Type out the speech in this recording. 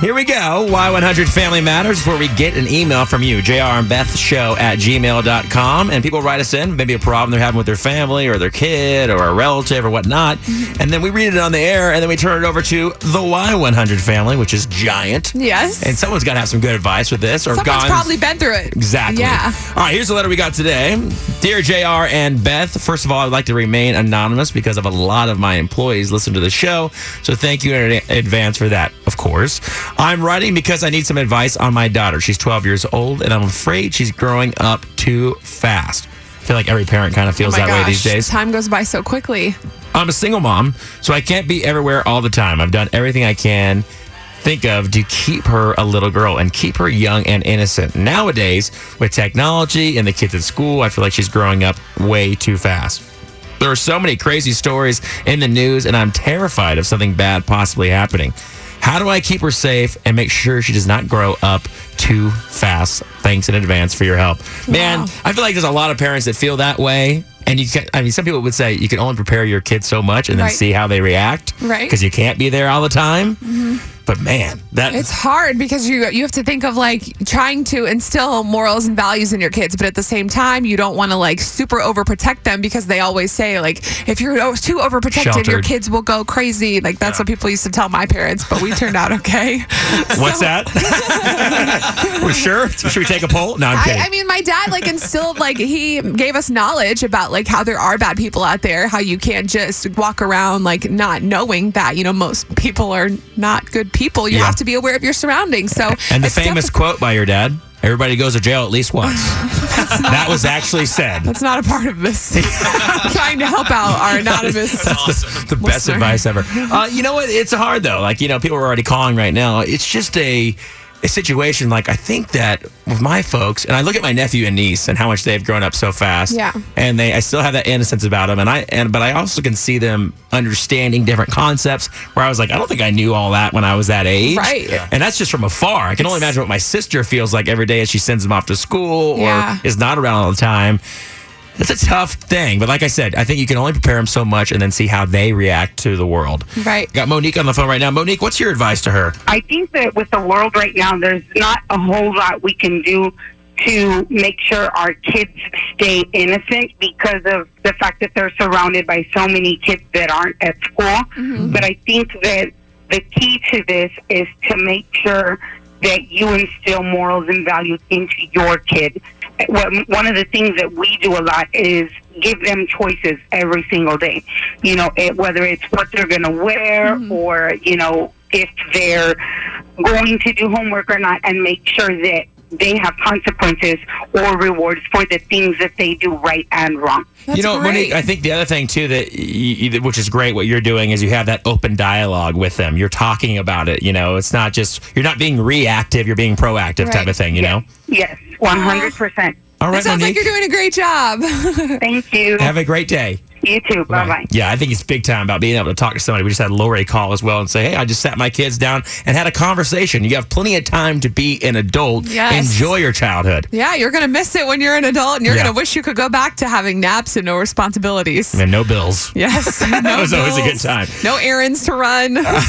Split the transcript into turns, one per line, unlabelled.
Here we go. Y100 Family Matters is where we get an email from you, JR and Beth Show at gmail.com. And people write us in, maybe a problem they're having with their family or their kid or a relative or whatnot.
Mm-hmm.
And then we read it on the air and then we turn it over to the Y100 family, which is giant.
Yes.
And someone's got to have some good advice with this or
Someone's
gone.
probably been through it.
Exactly.
Yeah.
All right, here's the letter we got today. Dear JR and Beth, first of all, I'd like to remain anonymous because of a lot of my employees listen to the show. So thank you in advance for that, of course. I'm writing because I need some advice on my daughter. She's 12 years old and I'm afraid she's growing up too fast. I feel like every parent kind of feels
oh my
that
gosh.
way these days.
Time goes by so quickly.
I'm a single mom, so I can't be everywhere all the time. I've done everything I can think of to keep her a little girl and keep her young and innocent. Nowadays, with technology and the kids at school, I feel like she's growing up way too fast. There are so many crazy stories in the news, and I'm terrified of something bad possibly happening. How do I keep her safe and make sure she does not grow up too fast? Thanks in advance for your help. Man,
Wow.
I feel like there's a lot of parents that feel that way. And you can, I mean, some people would say you can only prepare your kids so much and then
Right.
see how they react.
Right. Mm-hmm.
Because you can't be there all the time. But man, that
It's hard because you you have to think of like trying to instill morals and values in your kids, but at the same time, you don't want to like super overprotect them because they always say like if you're o- too overprotective, your
Sheltered.
kids will go crazy. Like that's what people used to tell my parents, but we turned out okay.
what's that? We're sure? Should we take a poll? No, I'm kidding.
I, I mean, my dad like instilled like he gave us knowledge about like how there are bad people out there, how you can't just walk around like not knowing that you know most people are not good people. You
Yeah.
have to be aware of your surroundings. So
And the
it's
famous quote by your dad everybody goes to jail at least once. that was actually said.
That's not a part of this. I'm trying to help out our anonymous.
the best
Listener.
advice ever. Uh, you know what? It's hard though. Like you know, people are already calling right now. It's just a a situation. Like I think that with my folks, and I look at my nephew and niece and how much they've grown up so fast.
Yeah.
and they I still have that innocence about them, and I and but I also can see them understanding different concepts. Where I was like, I don't think I knew all that when I was that age.
Right. Yeah.
and that's just from afar. I can only imagine what my sister feels like every day as she sends them off to school or
Yeah.
is not around all the time. It's a tough thing, but like I said, I think you can only prepare them so much and then see how they react to the world.
Right.
Got Monique on the phone right now. Monique, what's your advice to her?
I think that with the world right now, there's not a whole lot we can do to make sure our kids stay innocent because of the fact that they're surrounded by so many kids that aren't at school. But I think that the key to this is to make sure that you instill morals and values into your kid. What- One of the things that we do a lot is give them choices every single day. You know, it, whether it's what they're going to wear or, you know, if they're going to do homework or not, and make sure that they have consequences or rewards for the things that they do right and wrong.
That's
you know,
great.
Monique, I think the other thing too that y y- which is great what you're doing is you have that open dialogue with them. You're talking about it, you know. It's not just you're not being reactive, you're being proactive type
Right.
of thing, you know.
Yes, 100%.
All
It
right,
sounds like
Monique.
you're doing a great job.
Thank you.
have a great day.
You too. Bye bye.
Yeah, I think it's big time about being able to talk to somebody. We just had Lori call as well and say, "Hey, I just sat my kids down and had a conversation." You have plenty of time to be an adult.
Yes.
Enjoy your childhood.
yeah, you're gonna miss it when you're an adult, and you're
Yeah.
gonna wish you could go back to having naps and no responsibilities.
And no bills.
Yes, that
was always a good time.
No errands to run.